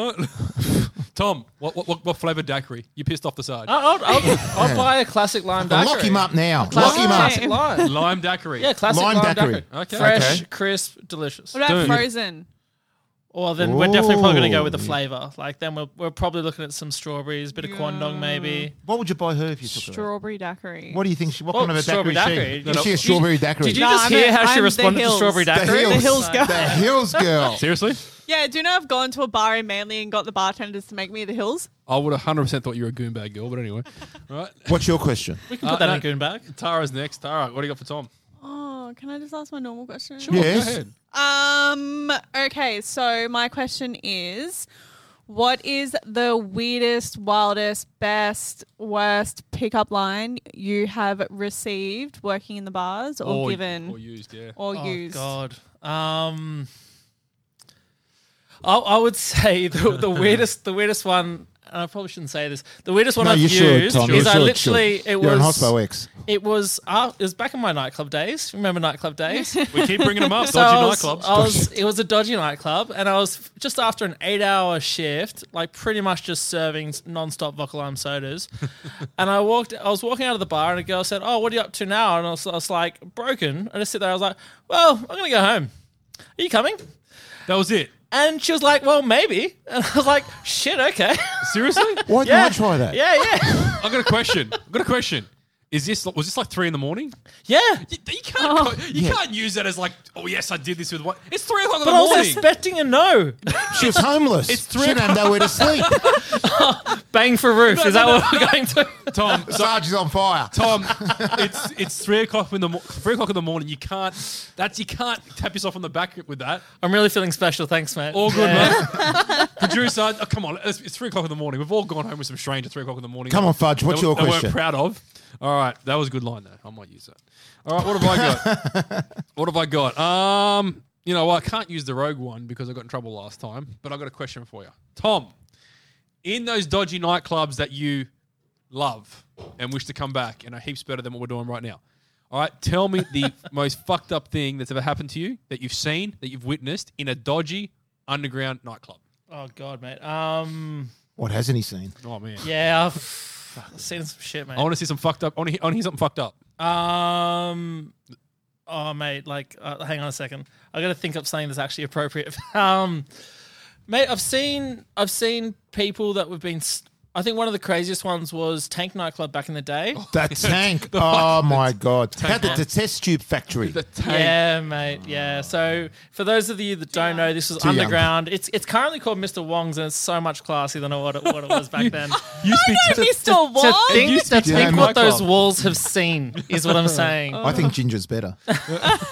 S2: Tom, what what, what, what flavour daiquiri? You pissed off the side.
S5: I, I'll, I'll, I'll buy a classic lime daiquiri.
S3: Lock him up now. Lock
S5: Classic,
S3: him up.
S5: classic lime.
S2: Lime daiquiri.
S5: Yeah, classic
S3: Lime
S5: lime,
S3: daiquiri.
S5: daiquiri.
S2: Okay.
S5: Fresh,
S3: Okay.
S5: crisp, delicious.
S4: What about
S2: Dude.
S4: frozen?
S5: Well, then we're definitely probably going to
S3: Ooh.
S5: go with the flavor. Like, then we're, we're probably looking at some strawberries, bit of kwandong maybe.
S3: What would you buy her if you took her? out?
S4: Strawberry daiquiri.
S3: What do you think? She, what
S5: Well,
S3: kind of a daiquiri,
S5: strawberry
S3: is she?
S5: daiquiri.
S3: Is she
S5: No,
S3: a
S5: no.
S3: strawberry daiquiri?
S5: Did you
S4: Nah,
S5: just
S4: I'm
S5: hear
S4: a-
S5: how she
S4: I'm the
S5: responded to
S4: Hills.
S5: strawberry
S4: The
S5: daiquiri?
S4: The Hills girl.
S3: The Hills Girl.
S2: Seriously,
S4: Yeah, do you know I've gone to a bar in Manly and got the bartenders to make me the hills?
S2: I would 100 percent thought you were a goonbag girl, but anyway, right.
S3: What's your question?
S5: We can put
S2: Uh,
S5: that in
S2: no.
S5: goon bag.
S2: Tara's next. Tara, what do you got for Tom?
S4: Oh, can I just ask my normal question?
S2: Go
S3: Yes.
S2: ahead.
S4: Um. Okay. So my question is, what is the weirdest, wildest, best, worst pickup line you have received working in the bars or, given
S2: or used, yeah.
S4: or,
S5: Oh,
S4: used?
S5: God. Um, I, I would say the, the weirdest, the weirdest one. And I probably shouldn't say this. The weirdest one
S3: No,
S5: I've
S3: you should,
S5: used
S3: Tom. You
S5: is I
S3: should,
S5: literally
S3: should.
S5: it
S3: You're on
S5: was
S3: Hospo X.
S5: it was uh, it was back in my nightclub days. Remember nightclub days?
S2: we keep bringing them up.
S5: So
S2: Dodgy
S5: I was-
S2: nightclubs.
S5: I was, it was a dodgy nightclub, and I was just after an eight-hour shift, like pretty much just serving non-stop vodka lime sodas. and I walked, I was walking out of the bar, and a girl said, "Oh, what are you up to now?" And I was, I was like, "Broken." I just sit there. I was like, "Well, I'm gonna go home. Are you coming?"
S2: that was it.
S5: And she was like, "Well, maybe." And I was like, "Shit, okay."
S2: Seriously?
S3: Why didn't I try that?
S5: yeah, yeah,
S2: I got a question. I got a question. Is this was this like three in the morning? Oh.
S5: yeah.
S2: You, you can't co- you can't use that as like oh yes I did this with what it's three o'clock in
S5: But
S2: the
S5: I was
S2: morning.
S5: expecting a no.
S3: She was homeless.
S2: It's three
S3: She didn't have nowhere to sleep.
S5: Bang for roof. Is that what we're going to?
S2: Tom,
S3: Sarge is on fire.
S2: Tom, it's it's three o'clock in the mo- three o'clock in the morning. You can't that's you can't tap yourself on the back with that.
S5: I'm really feeling special. Thanks, mate.
S2: All good,
S5: Yeah.
S2: man. Producer, oh, come on, it's, it's three o'clock in the morning. We've all gone home with some stranger three o'clock in the morning.
S3: Come on, Fudge, what's
S2: That we-
S3: your
S2: that we
S3: question?
S2: weren't proud of. All right, that was a good line though. I might use that. All right, what have I got? what have I got? Um, you know, I can't use the rogue one because I got in trouble last time. But I have got a question for you, Tom. In those dodgy nightclubs that you love and wish to come back and are heaps better than what we're doing right now. All right, tell me the most fucked up thing that's ever happened to you that you've seen, that you've witnessed in a dodgy underground nightclub.
S5: Oh God, mate. Um,
S3: What hasn't he seen?
S2: Oh man.
S5: yeah, I've- I've seen some shit, man.
S2: I want to see some fucked up. I want to hear, I wanna hear something fucked up.
S5: Um. Oh, mate. Like, uh, hang on a second. I got to think up something that's actually appropriate. um, mate, I've seen I've seen people that have been. s- I think one of the craziest ones was Tank nightclub back in the day.
S3: That tank. oh my god. How did the test tube factory?
S5: Yeah, mate. Yeah. So for those of you that don't know, this was
S3: Too young.
S5: underground. It's it's currently called Mr. Wong's, and it's so much classier than what it, what it was back then.
S2: Used to be
S4: Mr.
S5: To
S4: Wong?
S5: think, to
S3: to
S5: think
S3: Tank
S5: what those
S2: Nightclub.
S5: walls have seen is what I'm saying.
S3: I think ginger's better.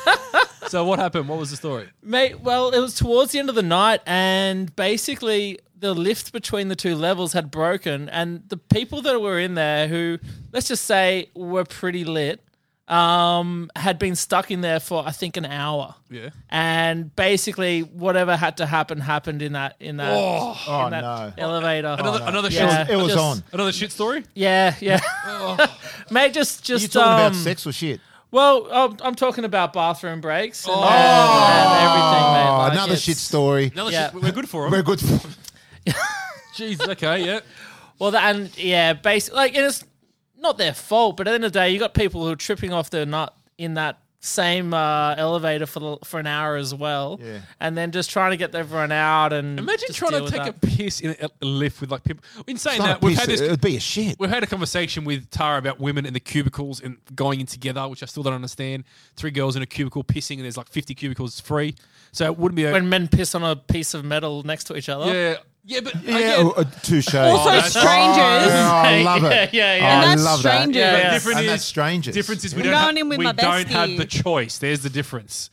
S2: So what happened? What was the story?
S5: Mate, well, it was towards the end of the night, and basically the lift between the two levels had broken, and the people that were in there, who let's just say were pretty lit, um, had been stuck in there for I think an hour.
S2: Yeah.
S5: And basically, whatever had to happen happened in that in that,
S3: Oh
S5: in that
S3: no.
S5: elevator.
S2: Another, another shit.
S5: Yeah.
S3: It was
S5: Just-
S3: on.
S2: Another shit story.
S5: yeah, yeah.
S2: Oh.
S5: Mate, just
S3: Are
S5: just
S3: you talking
S5: um,
S3: about sex or shit?
S5: Well, I'm, I'm talking about bathroom breaks and,
S2: Oh.
S5: and- and everything, mate.
S3: Oh,
S5: Like,
S3: another
S5: it's-
S3: shit story.
S2: Another
S5: Yeah.
S2: shit. We're good for
S3: We're
S2: him.
S3: good. For,
S2: Jeez. Okay. Yeah.
S5: Well, that, and yeah, basically, like, and it's not their fault, but at the end of the day, you got people who are tripping off their nut in that same uh, elevator for the, for an hour as well.
S3: Yeah.
S5: And then just trying to get everyone out and
S2: Imagine
S5: just
S2: trying
S5: deal
S2: to
S5: with
S2: take a
S5: that.
S2: piss in a- a lift with like people. In saying
S3: not
S2: that,
S3: a
S2: we've
S3: piece,
S2: had this.
S3: it'd be a shit.
S2: We've had a conversation with Tara about women in the cubicles and going in together, which I still don't understand. Three girls in a cubicle pissing, and there's like 50 cubicles free. So it wouldn't be a.
S5: when men piss on a piece of metal next to each other.
S2: yeah. Yeah, but
S3: Yeah,
S2: again,
S3: oh, uh, touche.
S4: Also,
S2: that's-
S3: Oh,
S4: strangers.
S3: yeah, I love it. Oh,
S5: Yeah, yeah, yeah.
S3: I
S4: and that's
S3: love that.
S4: strangers.
S5: Yeah, yeah.
S2: different
S3: And
S2: is
S3: that's strangers.
S2: Difference is we
S4: I'm
S2: don't,
S4: going
S2: ha-
S4: in with
S2: we
S4: my
S2: don't have
S4: bestie.
S2: the choice. There's the difference.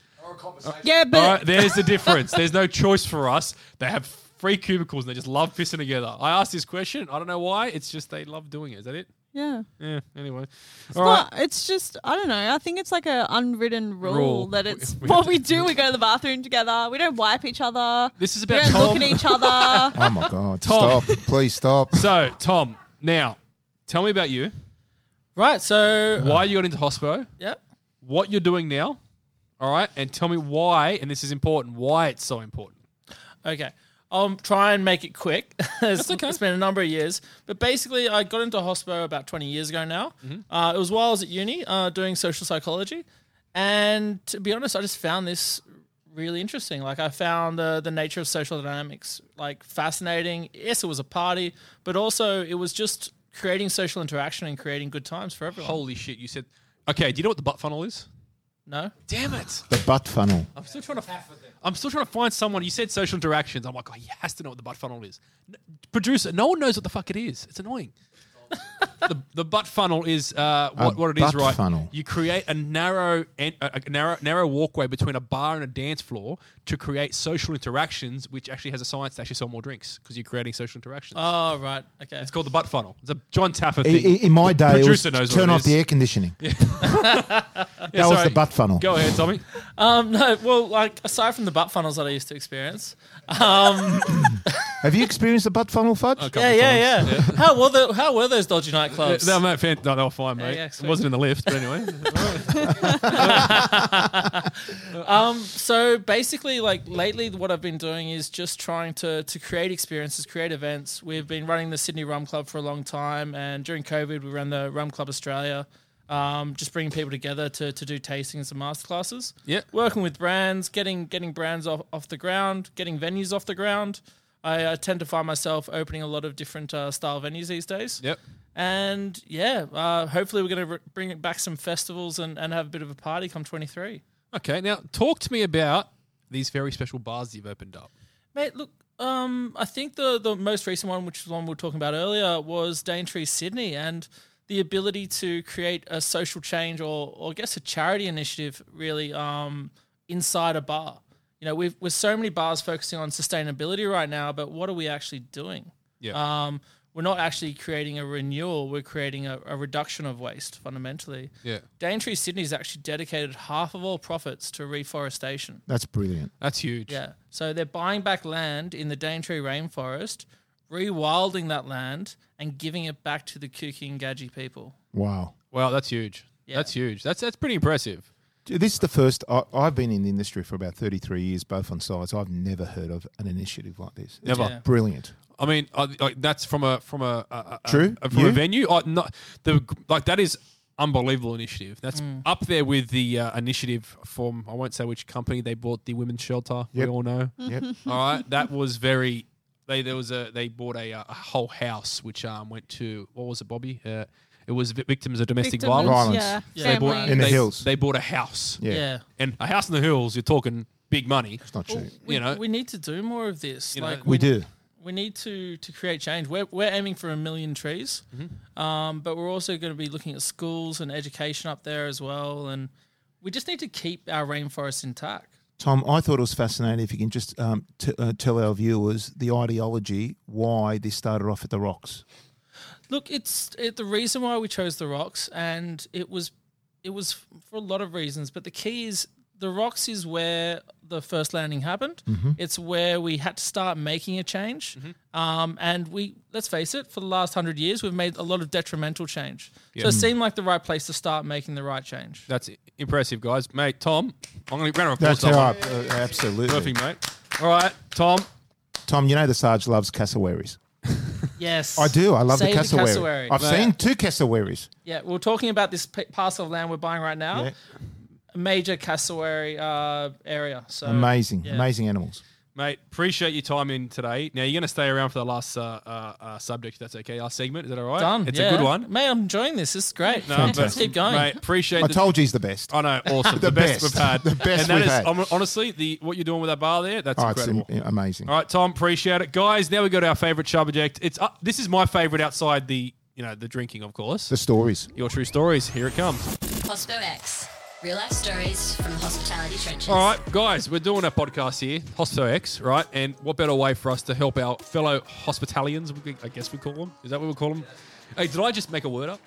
S4: Yeah, but
S2: All right, there's the difference. There's no choice for us. They have free cubicles and they just love pissing together. I asked this question. I don't know why. It's just they love doing it. Is that it?
S4: yeah.
S2: Yeah. Anyway. It's
S4: Well, it's just I don't know. I think it's like a unwritten rule,
S2: Rule.
S4: that it's
S2: We- we have
S4: what
S2: to-
S4: we do. We go to the bathroom together. We don't wipe each other.
S2: This is
S4: we
S2: about
S4: don't
S2: Tom.
S4: look at each other.
S3: Oh my god!
S2: Tom.
S3: Stop! Please stop.
S2: so, Tom, now tell me about you.
S5: Right. So
S2: Why you got into hospo?
S5: Yeah.
S2: What you're doing now? All right, and tell me why. And this is important. Why it's so important?
S5: Okay. I'll try and make it quick. it's, it's been a number of years. But basically, I got into hospo about 20 years ago now. Uh, it was while I was at uni uh, doing social psychology. And to be honest, I just found this really interesting. Like, I found the, the nature of social dynamics, like, fascinating. Yes, it was a party, but also it was just creating social interaction and creating good times for everyone.
S2: Holy shit! You said. Okay. Do you know what the butt funnel is?
S5: no?
S2: Damn it!
S3: The butt funnel.
S2: I'm still trying to. I'm still trying to find someone. You said social interactions. I'm like, oh, he has to know what the butt funnel is. N- producer, no one knows what the fuck it is. It's annoying. the, the butt funnel is uh, what,
S3: A
S2: what it is,
S3: butt
S2: right?
S3: funnel.
S2: You create a narrow, en- a, a narrow, narrow walkway between a bar and a dance floor to create social interactions, which actually has a science to actually sell more drinks because you're creating social interactions.
S5: Oh, right. Okay.
S2: it's called the butt funnel. It's a John Taffer
S3: I-
S2: thing.
S3: I- In my day, it was
S2: producer knows what
S3: turn
S2: it
S3: off
S2: is.
S3: the air conditioning.
S2: Yeah,
S3: that was
S2: sorry.
S3: the butt funnel.
S2: Go ahead, Tommy.
S5: Um, no, well, like, aside from the butt funnels that I used to experience, um,
S3: Have you experienced the butt funnel, Fudge?
S5: Yeah, yeah, yeah, How were the, how were those dodgy
S2: Yeah,
S5: nightclubs?
S2: no, mate, fan- no, they were fine, mate.
S5: yeah,
S2: it
S5: sweet.
S2: wasn't in the lift, but anyway.
S5: so basically, like lately, what I've been doing is just trying to to create experiences, create events. We've been running the Sydney Rum Club for a long time, and during COVID, we ran the Rum Club Australia. Um, just bringing people together to, to do tastings and masterclasses.
S2: Yeah.
S5: working with brands, getting getting brands off, off the ground, getting venues off the ground. I, I tend to find myself opening a lot of different uh, style venues these days.
S2: Yep.
S5: And yeah, uh, hopefully we're going to re- bring back some festivals and, and have a bit of a party come 23.
S2: Okay, now talk to me about these very special bars you've opened up.
S5: Mate, look, um, I think the, the most recent one, which is the one we were talking about earlier, was Daintree Sydney and the ability to create a social change or, or I guess, a charity initiative really um, inside a bar. You know, we've, with so many bars focusing on sustainability right now, but what are we actually doing?
S2: Yeah.
S5: Um, we're not actually creating a renewal, we're creating a, a reduction of waste fundamentally.
S2: Yeah.
S5: Daintree Sydney has actually dedicated half of all profits to reforestation.
S3: That's brilliant.
S2: That's huge.
S5: Yeah. So they're buying back land in the Daintree rainforest, rewilding that land, and giving it back to the Kuki and Gadji people.
S3: Wow.
S2: Wow, that's huge.
S5: Yeah.
S2: That's huge. That's that's pretty impressive.
S3: This is the first I, I've been in the industry for about 33 years, both on sides. I've never heard of an initiative like this. It's
S2: Never.
S5: Yeah.
S3: brilliant.
S2: I mean, I, like that's from a from a, a, a
S3: True.
S2: a, from
S3: Yeah.
S2: a venue. I, not, the like that is unbelievable initiative. That's
S5: Mm.
S2: up there with the uh, initiative from I won't say which company they bought the women's shelter.
S3: Yep.
S2: We all know.
S3: Yep.
S2: All right, that was very. They there was a they bought a, uh, a whole house which um went to what was it, Bobby? Uh, it was vi- victims of domestic
S4: Victims,
S2: violence.
S3: Violence.
S4: Yeah,
S5: Yeah.
S2: They bought,
S4: family.
S3: In the
S2: they-
S3: hills.
S2: They bought a house.
S3: Yeah.
S5: yeah.
S2: And a house in the hills, you're talking big money.
S3: It's not cheap.
S5: We,
S2: You know.
S5: we need to do more of this.
S2: know,
S5: like
S3: We do.
S5: we need to to create change. We're, we're aiming for a million trees,
S2: Mm-hmm.
S5: um, but we're also going to be looking at schools and education up there as well. And we just need to keep our rainforest intact.
S3: Tom, I thought it was fascinating if you can just um, t- uh, tell our viewers the ideology why this started off at the Rocks.
S5: Look, it's it, the reason why we chose the rocks, and it was it was for a lot of reasons. But the key is the rocks is where the first landing happened.
S3: Mm-hmm.
S5: It's where we had to start making a change. Um, and we let's face it, for the last hundred years, we've made a lot of detrimental change. So
S3: Mm.
S5: it seemed like the right place to start making the right change.
S2: That's i- impressive, guys. Mate, Tom, I'm going to round of applause.
S3: That's
S2: Tom.
S3: right. Uh, absolutely.
S2: Perfect, mate. All right, Tom.
S3: Tom, you know the Sarge loves cassowaries.
S5: Yes,
S3: I do. I love
S5: Save
S3: the cassowary.
S5: cassowary.
S3: I've seen two cassowaries.
S5: Yeah, we're talking about this p- parcel of land we're buying right now.
S3: Yeah.
S5: A Major cassowary uh, area. So
S3: Amazing,
S5: yeah.
S3: amazing animals.
S2: Mate, appreciate your time in today. Now, you're going to stay around for the last uh, uh, uh, subject, if that's okay. Last segment. Is that all right?
S5: Done.
S2: It's
S5: yeah.
S2: a good one.
S5: Mate, I'm enjoying this. This is great.
S2: No,
S5: Let's
S2: but-
S5: keep going.
S2: Mate, appreciate
S3: I
S2: the-
S3: told you he's the best.
S2: I know, awesome. the,
S3: The
S2: best,
S3: best.
S2: we've had.
S3: The best
S2: and that
S3: we've
S2: is
S3: had.
S2: hon- honestly the what you're doing with that bar there. That's
S3: Oh, it's
S2: incredible.
S3: am- amazing.
S2: All right, Tom, appreciate it, guys. Now we go to our favorite subject. It's uh, this is my favorite outside the you know the drinking, of course.
S3: The stories.
S2: Your true stories. Here it comes.
S1: Hospo X. Real life stories from the hospitality trenches.
S2: All right, guys, we're doing a podcast here, Hosto X, right? And what better way for us to help our fellow hospitalians? we- I guess we call them. Is that what we call them? Hey, did I just make a word up?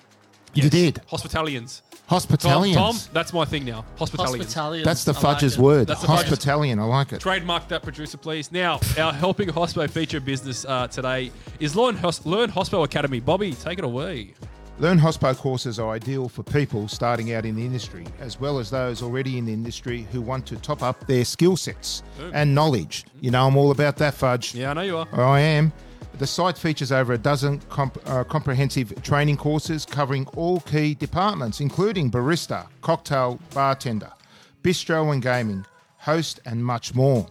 S3: You did.
S2: Hospitalians. Tom,
S3: Hospitalians.
S2: Tom, that's my thing now. Hospitalians.
S5: Hospitalian.
S3: That's the
S5: I like
S3: fudge's
S5: it.
S3: word.
S2: That's the fudge's-
S3: Hospitalian. I like it.
S2: Trademark that, producer, please. Now, our helping hospo feature business uh, today is Learn, Hos- Learn Hospo Academy. Bobby, take it away.
S3: Learn Hospo courses are ideal for people starting out in the industry, as well as those already in the industry who want to top up their skill sets and knowledge. You know, I'm all about that, fudge.
S2: Yeah, I know you are.
S3: I am. The site features over a dozen comp- uh, comprehensive training courses covering all key departments, including barista, cocktail, bartender, bistro and gaming, host, and much more.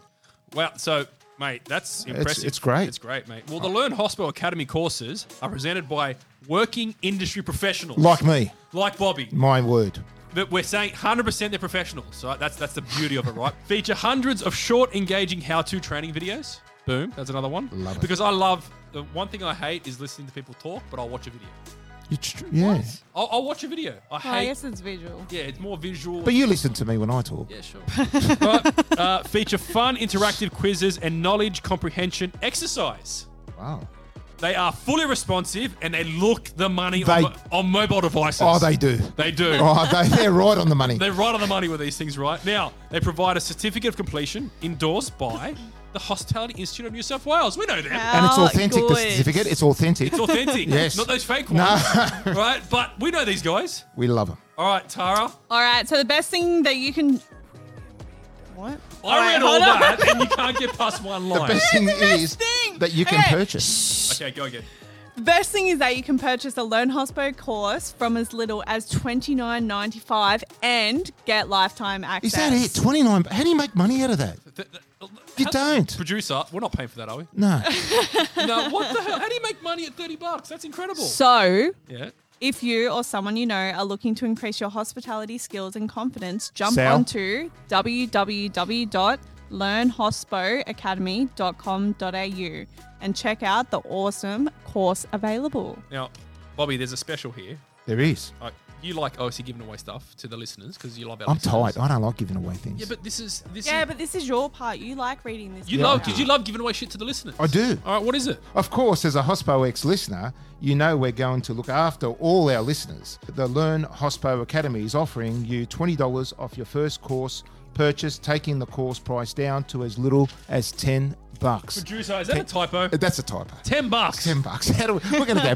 S2: Wow. So, mate, that's impressive.
S3: it's great. Oh.
S2: It's great, mate. Well, the Learn Hospital Academy courses are presented by working industry professionals
S3: Like me,
S2: like Bobby.
S3: my word.
S2: But we're saying 100% they're professionals. So that's that's the beauty of it, right? Feature hundreds of short, engaging how-to training videos. Boom. That's another one.
S3: Love it.
S2: Because I love the one thing I hate is listening to people talk, but I'll watch a video.
S3: It's tr- yeah.
S2: I'll, I'll watch a video. I
S4: Oh, I
S2: hate.
S4: guess it's visual.
S2: Yeah, it's more visual.
S3: But you listen to me when I talk.
S2: Yeah, sure. Right, uh, feature fun, interactive quizzes and knowledge comprehension exercise.
S3: Wow.
S2: They are fully responsive and they look the money on,
S3: They-
S2: mo- on mobile devices.
S3: Oh, they do.
S2: They do.
S3: Oh, they, they're right on the money.
S2: They're right on the money with these things, right? Now, they provide a certificate of completion endorsed by the Hospitality Institute of New South Wales. We know them.
S3: and it's
S4: Oh,
S3: authentic, the
S4: good.
S3: certificate. It's authentic.
S2: It's authentic.
S3: Yes.
S2: Not those fake ones.
S3: No.
S2: right? But we know these guys.
S3: we love them.
S2: All right, Tara.
S4: All right, so the best thing that you can. What?
S2: I read
S4: right,
S2: all
S4: hold on.
S2: that and you can't get past one
S3: The
S2: line.
S3: best thing
S4: best
S3: is
S4: thing.
S3: that you can
S4: Okay.
S3: purchase.
S2: Okay, go again.
S4: Best thing is that you can purchase a Learn Hospo course from as little as twenty nine ninety five and get lifetime access.
S3: Is that it? 29. How do you make money out of that?
S2: Th- th-
S3: You
S2: how-
S3: don't.
S2: Producer, we're not paying for that, are we?
S3: No.
S2: No, what the hell? How do you make money at 30 bucks? That's incredible.
S4: So,
S2: yeah.
S4: if you or someone you know are looking to increase your hospitality skills and confidence, jump
S3: Sal?
S4: onto www.learnhospoacademy.com.au and check out the awesome course available.
S2: Now, Bobby, there's a special here.
S3: There is.
S2: Like, you like obviously giving away stuff to the listeners because you love our
S3: I'm
S2: listeners.
S3: tight. I don't like giving away things.
S2: Yeah, but this is this.
S4: Yeah,
S2: is,
S4: but this is your part. You like reading this.
S2: You
S4: part.
S2: love because you love giving away shit to the listeners.
S3: I do.
S2: All right, what is it?
S3: Of course, as a Hospo X listener, you know we're going to look after all our listeners. The Learn Hospo Academy is offering you $20 off your first course purchase, taking the course price down to as little as 10 bucks.
S2: Producer, is that a typo?
S3: That's a typo.
S2: Ten bucks.
S3: 10 bucks. How do we, we're going to go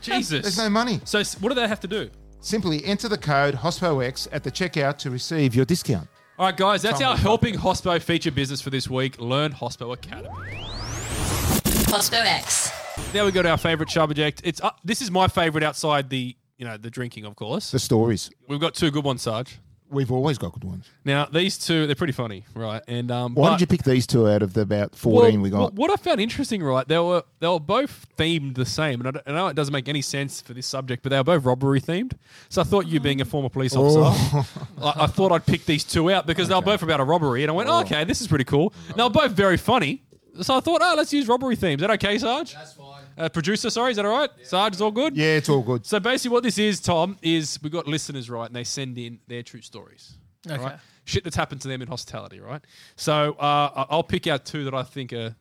S2: Jesus.
S3: There's no money.
S2: So s- what do they have to do?
S3: Simply enter the code HOSPOX at the checkout to receive your discount.
S2: All right, guys, that's
S3: Can't
S2: our
S3: wait.
S2: helping Hospo feature business for this week. Learn Hospo Academy.
S1: Pospo X.
S2: Now we go to our favourite subject. It's uh, this is my favourite outside the you know the drinking, of course.
S3: The stories.
S2: We've got two good ones, Sarge.
S3: We've always got good ones.
S2: Now these two, they're pretty funny, right? And um,
S3: Why
S2: but-
S3: did you pick these two out of the about 14
S2: Well,
S3: we
S2: what-
S3: got?
S2: What I found interesting, right? They were they were both themed the same, and I, d- I know it doesn't make any sense for this subject, but they were both robbery themed. So I thought you, being a former police
S3: Oh.
S2: officer, I, I thought I'd pick these two out because they were both about a robbery, and I went, oh, okay, this is pretty cool. And they were both very funny, so I thought, oh, let's use robbery themes. Is that okay, Sarge? That's fine. Uh, producer, sorry, is that all right? Sarge, is all good.
S3: yeah, it's all good.
S2: So basically, what this is, Tom, is we've got listeners, right, and they send in their true stories.
S5: Okay.
S2: Right? Shit that's happened to them in hospitality, right? So uh, I- I'll pick out two that I think are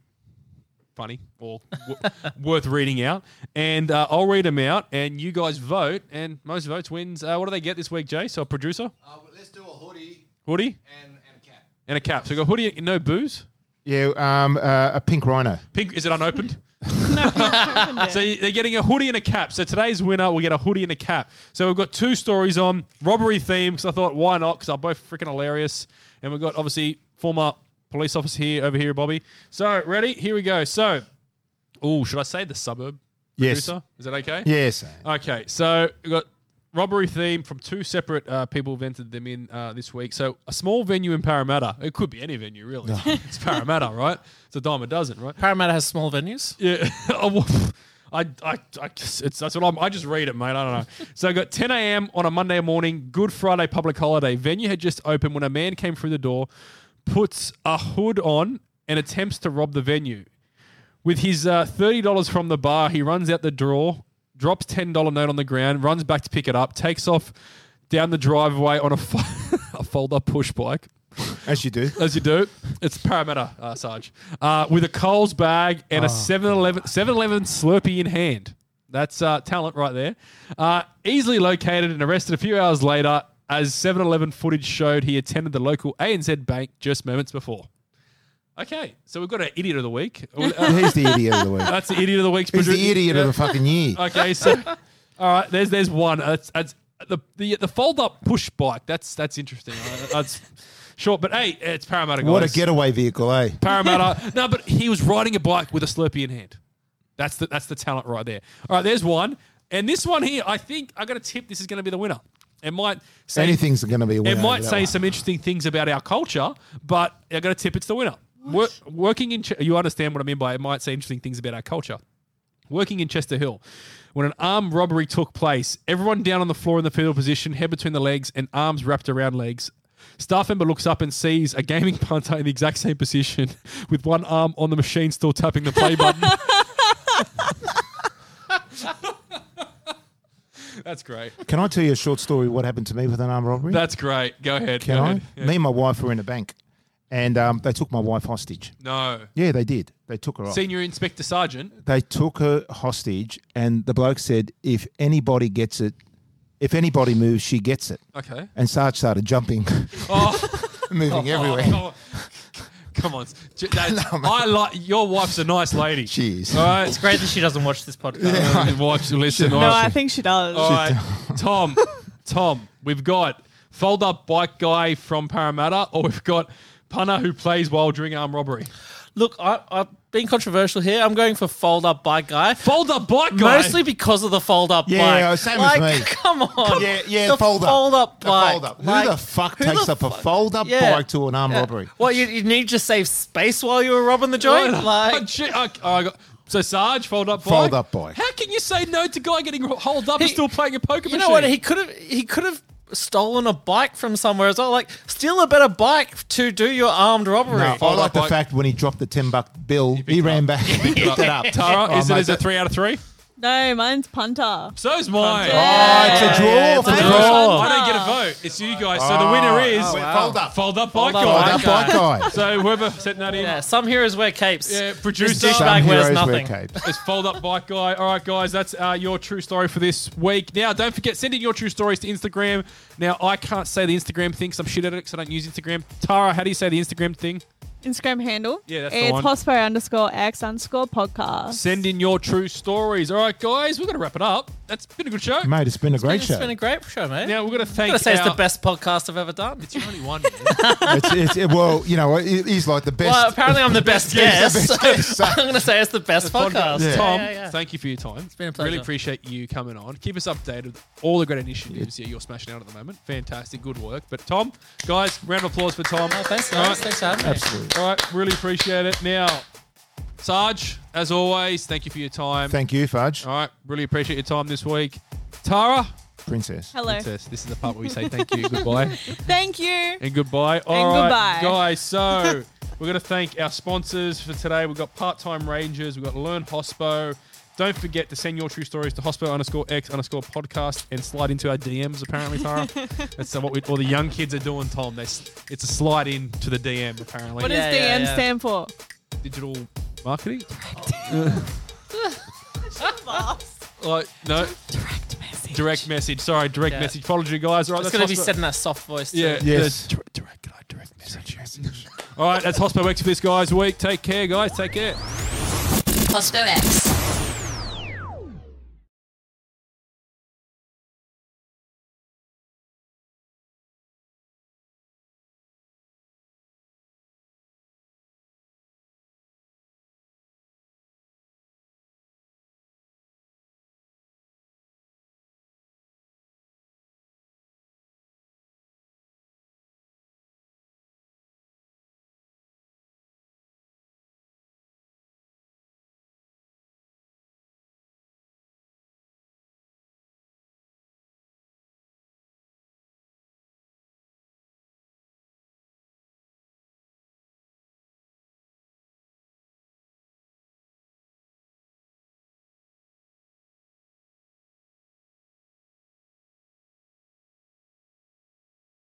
S2: funny or w- worth reading out, and uh, I'll read them out, and you guys vote, and most votes wins. Uh, what do they get this week, Jay? So producer,
S6: Uh, well, let's do a hoodie
S2: hoodie,
S6: and, and a cap.
S2: and a cap. So we got hoodie, and no booze.
S3: Yeah, um, uh, a pink rhino.
S2: Pink, is it unopened?
S4: Opened it.
S2: So they're getting a hoodie and a cap. So today's winner will get a hoodie and a cap. So we've got two stories on robbery theme because I thought why not? Because they're both freaking hilarious. And we've got obviously former police officer here over here, Bobby. So ready? Here we go. So, oh, should I say the suburb?
S3: Yes.
S2: Producer? Is that okay?
S3: Yes.
S2: Okay, so we got robbery theme from two separate uh, people vented them in uh, this week. So a small venue in Parramatta. It could be any venue, really. it's Parramatta, right? It's a dime a dozen, right?
S5: Parramatta has small venues.
S2: Yeah. Oh, well, I, I, I just- it's, that's what I'm, I just read it, mate. I don't know. So I got 10 a.m. on a Monday morning, Good Friday public holiday. Venue had just opened when a man came through the door, puts a hood on, and attempts to rob the venue. With his uh, $30 from the bar, he runs out the drawer, drops $10 note on the ground, runs back to pick it up, takes off down the driveway on a, fo- a fold up push bike
S3: As you do.
S2: as you do. It's Parramatta, uh, Sarge, uh, with a Coles bag and
S3: Oh,
S2: a 7-Eleven 7-Eleven Slurpee in hand. That's uh, talent right there. Uh, easily located and arrested a few hours later, as 7-Eleven footage showed he attended the local ANZ bank just moments before. Okay, so we've got an idiot of the week. Uh,
S3: He's the idiot of the week.
S2: that's the idiot of the week's
S3: He's
S2: produ-
S3: the idiot
S2: Yeah.
S3: of the fucking year.
S2: Okay, so all right, there's there's one. That's, that's the the the fold up push bike. That's that's interesting. Uh, That's short, but hey, it's Parramatta. Guys.
S3: What a getaway vehicle, eh?
S2: Parramatta. no, but he was riding a bike with a Slurpee in hand. That's the that's the talent right there. All right, there's one, and this one here, I think I got a tip. This is going to be the winner. It might say
S3: Anything's going to be a winner.
S2: It might
S3: that
S2: say
S3: one.
S2: some interesting things about our culture, but I got a tip. It's the winner. Wor- working in, Ch- you understand what I mean by it might say interesting things about our culture. Working in Chester Hill, when an armed robbery took place, everyone down on the floor in the fetal position, head between the legs and arms wrapped around legs. Staff member looks up and sees a gaming punter in the exact same position, with one arm on the machine still tapping the play button. That's great.
S3: Can I tell you a short story? What happened to me with an armed robbery?
S2: That's great. Go ahead.
S3: Can
S2: Go
S3: I?
S2: ahead. Yeah.
S3: Me and my wife were in a bank, and um, they took my wife hostage.
S2: No.
S3: Yeah, they did. They took her off.
S2: Senior Inspector Sergeant.
S3: they took her hostage, and the bloke said, "If anybody gets it, if anybody moves, she gets it."
S2: Okay.
S3: And Sarge started jumping, moving everywhere.
S2: Oh, come on. J- that- I like your wife's a nice lady.
S3: She is.
S2: All right.
S5: It's great that she doesn't watch this podcast.
S2: Watch, listen. all
S4: no,
S2: right.
S4: I think she does.
S2: All right. Tom, Tom, we've got fold up bike guy from Parramatta, or we've got punter who plays while during armed robbery.
S5: Look, I, I'm being controversial here. I'm going for fold up bike guy.
S2: Fold up bike guy.
S5: Mostly because of the fold up
S3: Yeah,
S5: bike.
S3: yeah, same as
S5: like,
S3: me.
S5: Come on.
S3: Yeah, yeah,
S5: The
S3: fold up.
S5: Fold up
S3: The
S5: bike.
S3: fold up.
S5: Like,
S3: who the fuck
S5: who
S3: takes
S5: the
S3: up a
S5: fuck-
S3: fold up
S5: Yeah.
S3: bike to an armed
S5: Yeah.
S3: robbery?
S5: Well, you, you need to save space while you were robbing the joint.
S2: Oh,
S5: Like,
S2: gee, I- I got- so Sarge, fold up bike.
S3: Fold up bike.
S2: How can you say no to guy getting holed up and
S5: He-
S2: still playing a poker
S5: you
S2: machine?
S5: know what? He could have. He could have stolen a bike from somewhere as well. Like, steal a better bike to do your armed robbery.
S3: No, I
S2: Fold
S3: like
S2: up
S3: the
S2: bike.
S3: fact when he dropped the ten buck bill, he,
S2: picked it
S3: ran
S2: up.
S3: back, and picked it up.
S2: Tara,
S3: Oh,
S2: is it
S3: mate,
S2: is it
S3: that-
S2: three out of three?
S4: No, mine's punter.
S2: So's mine.
S3: Oh, it's a draw. for
S4: it's a
S3: the
S4: draw.
S2: Oh, I don't get a vote. It's you guys. So the winner is
S3: Oh, wow. Fold up.
S2: Fold up bike
S5: Ah. Fold up
S2: guy.
S3: Fold up bike guy.
S2: So whoever sent that in
S5: Yeah, some heroes wear capes.
S2: Yeah, producer.
S5: This
S3: Some
S5: douchebag wears
S3: heroes
S5: nothing.
S3: Wear capes.
S2: is fold up bike guy. All right, guys, that's uh, your true story for this week. Now, don't forget send in your true stories to Instagram. Now, I can't say the Instagram thing because I'm shit at it because I don't use Instagram. Tara, how do you say the Instagram thing?
S4: Instagram handle.
S2: Yeah, that's the
S4: It's
S2: one.
S4: hospo underscore x underscore podcast.
S2: Send in your true stories. All right, guys, we're gonna wrap it up. that's been a good show.
S3: Mate, it's been a great
S5: it's
S3: show.
S5: been a great show, mate.
S2: Now we're gonna
S5: I'm
S2: thank.
S5: gonna say it's the
S2: our-
S5: best podcast I've ever done.
S2: It's your only one.
S3: It's- it's- it- well, you know, it- he's like the best.
S5: Well, apparently I'm the best
S3: yeah,
S5: guest.
S3: the best
S5: so
S3: guest.
S5: I'm gonna say it's the best podcast.
S3: Yeah.
S2: Tom,
S5: yeah, yeah.
S2: thank you for your time. It's
S5: been a pleasure.
S2: Really appreciate you coming on. Keep us updated with all the great initiatives yeah, you're smashing out at the moment. Fantastic, good work. But Tom, guys, round of applause for Tom.
S5: Oh, thanks,
S2: All
S5: guys.
S2: right,
S5: Thanks for having me.
S3: Absolutely.
S2: all right, really appreciate it. Now, Sarge, as always, thank you for your time.
S3: Thank you, Fudge.
S5: Oh.
S2: all right, really appreciate your time this week. Tara,
S3: Princess.
S4: Hello.
S2: princess, this is the part where we say thank you, goodbye,
S4: Thank you.
S2: and goodbye. All right,
S4: goodbye.
S2: guys. So we're gonna thank our sponsors for today. We've got part-time rangers. We've got Learn Hospo. Don't forget to send your true stories to hospo underscore x underscore podcast and slide into our DMs. Apparently, Tara, that's what we, all the young kids are doing. Tom, they, s- it's a slide in to the DM. Apparently,
S4: What does
S5: Yeah,
S4: DM
S5: yeah, yeah.
S4: stand for?
S2: digital marketing? Like no
S4: Direct message.
S2: direct message. Sorry, direct
S5: Yeah.
S2: message. Apology, guys. All right,
S5: It's
S2: that's
S5: gonna be
S2: Hospo-
S5: said in that soft voice. Too.
S2: Yeah,
S3: Yes.
S2: the dir- direct, can I direct message. All right, that's Hospo X for this guys week. Take care, guys. Take care.
S1: Hospo X.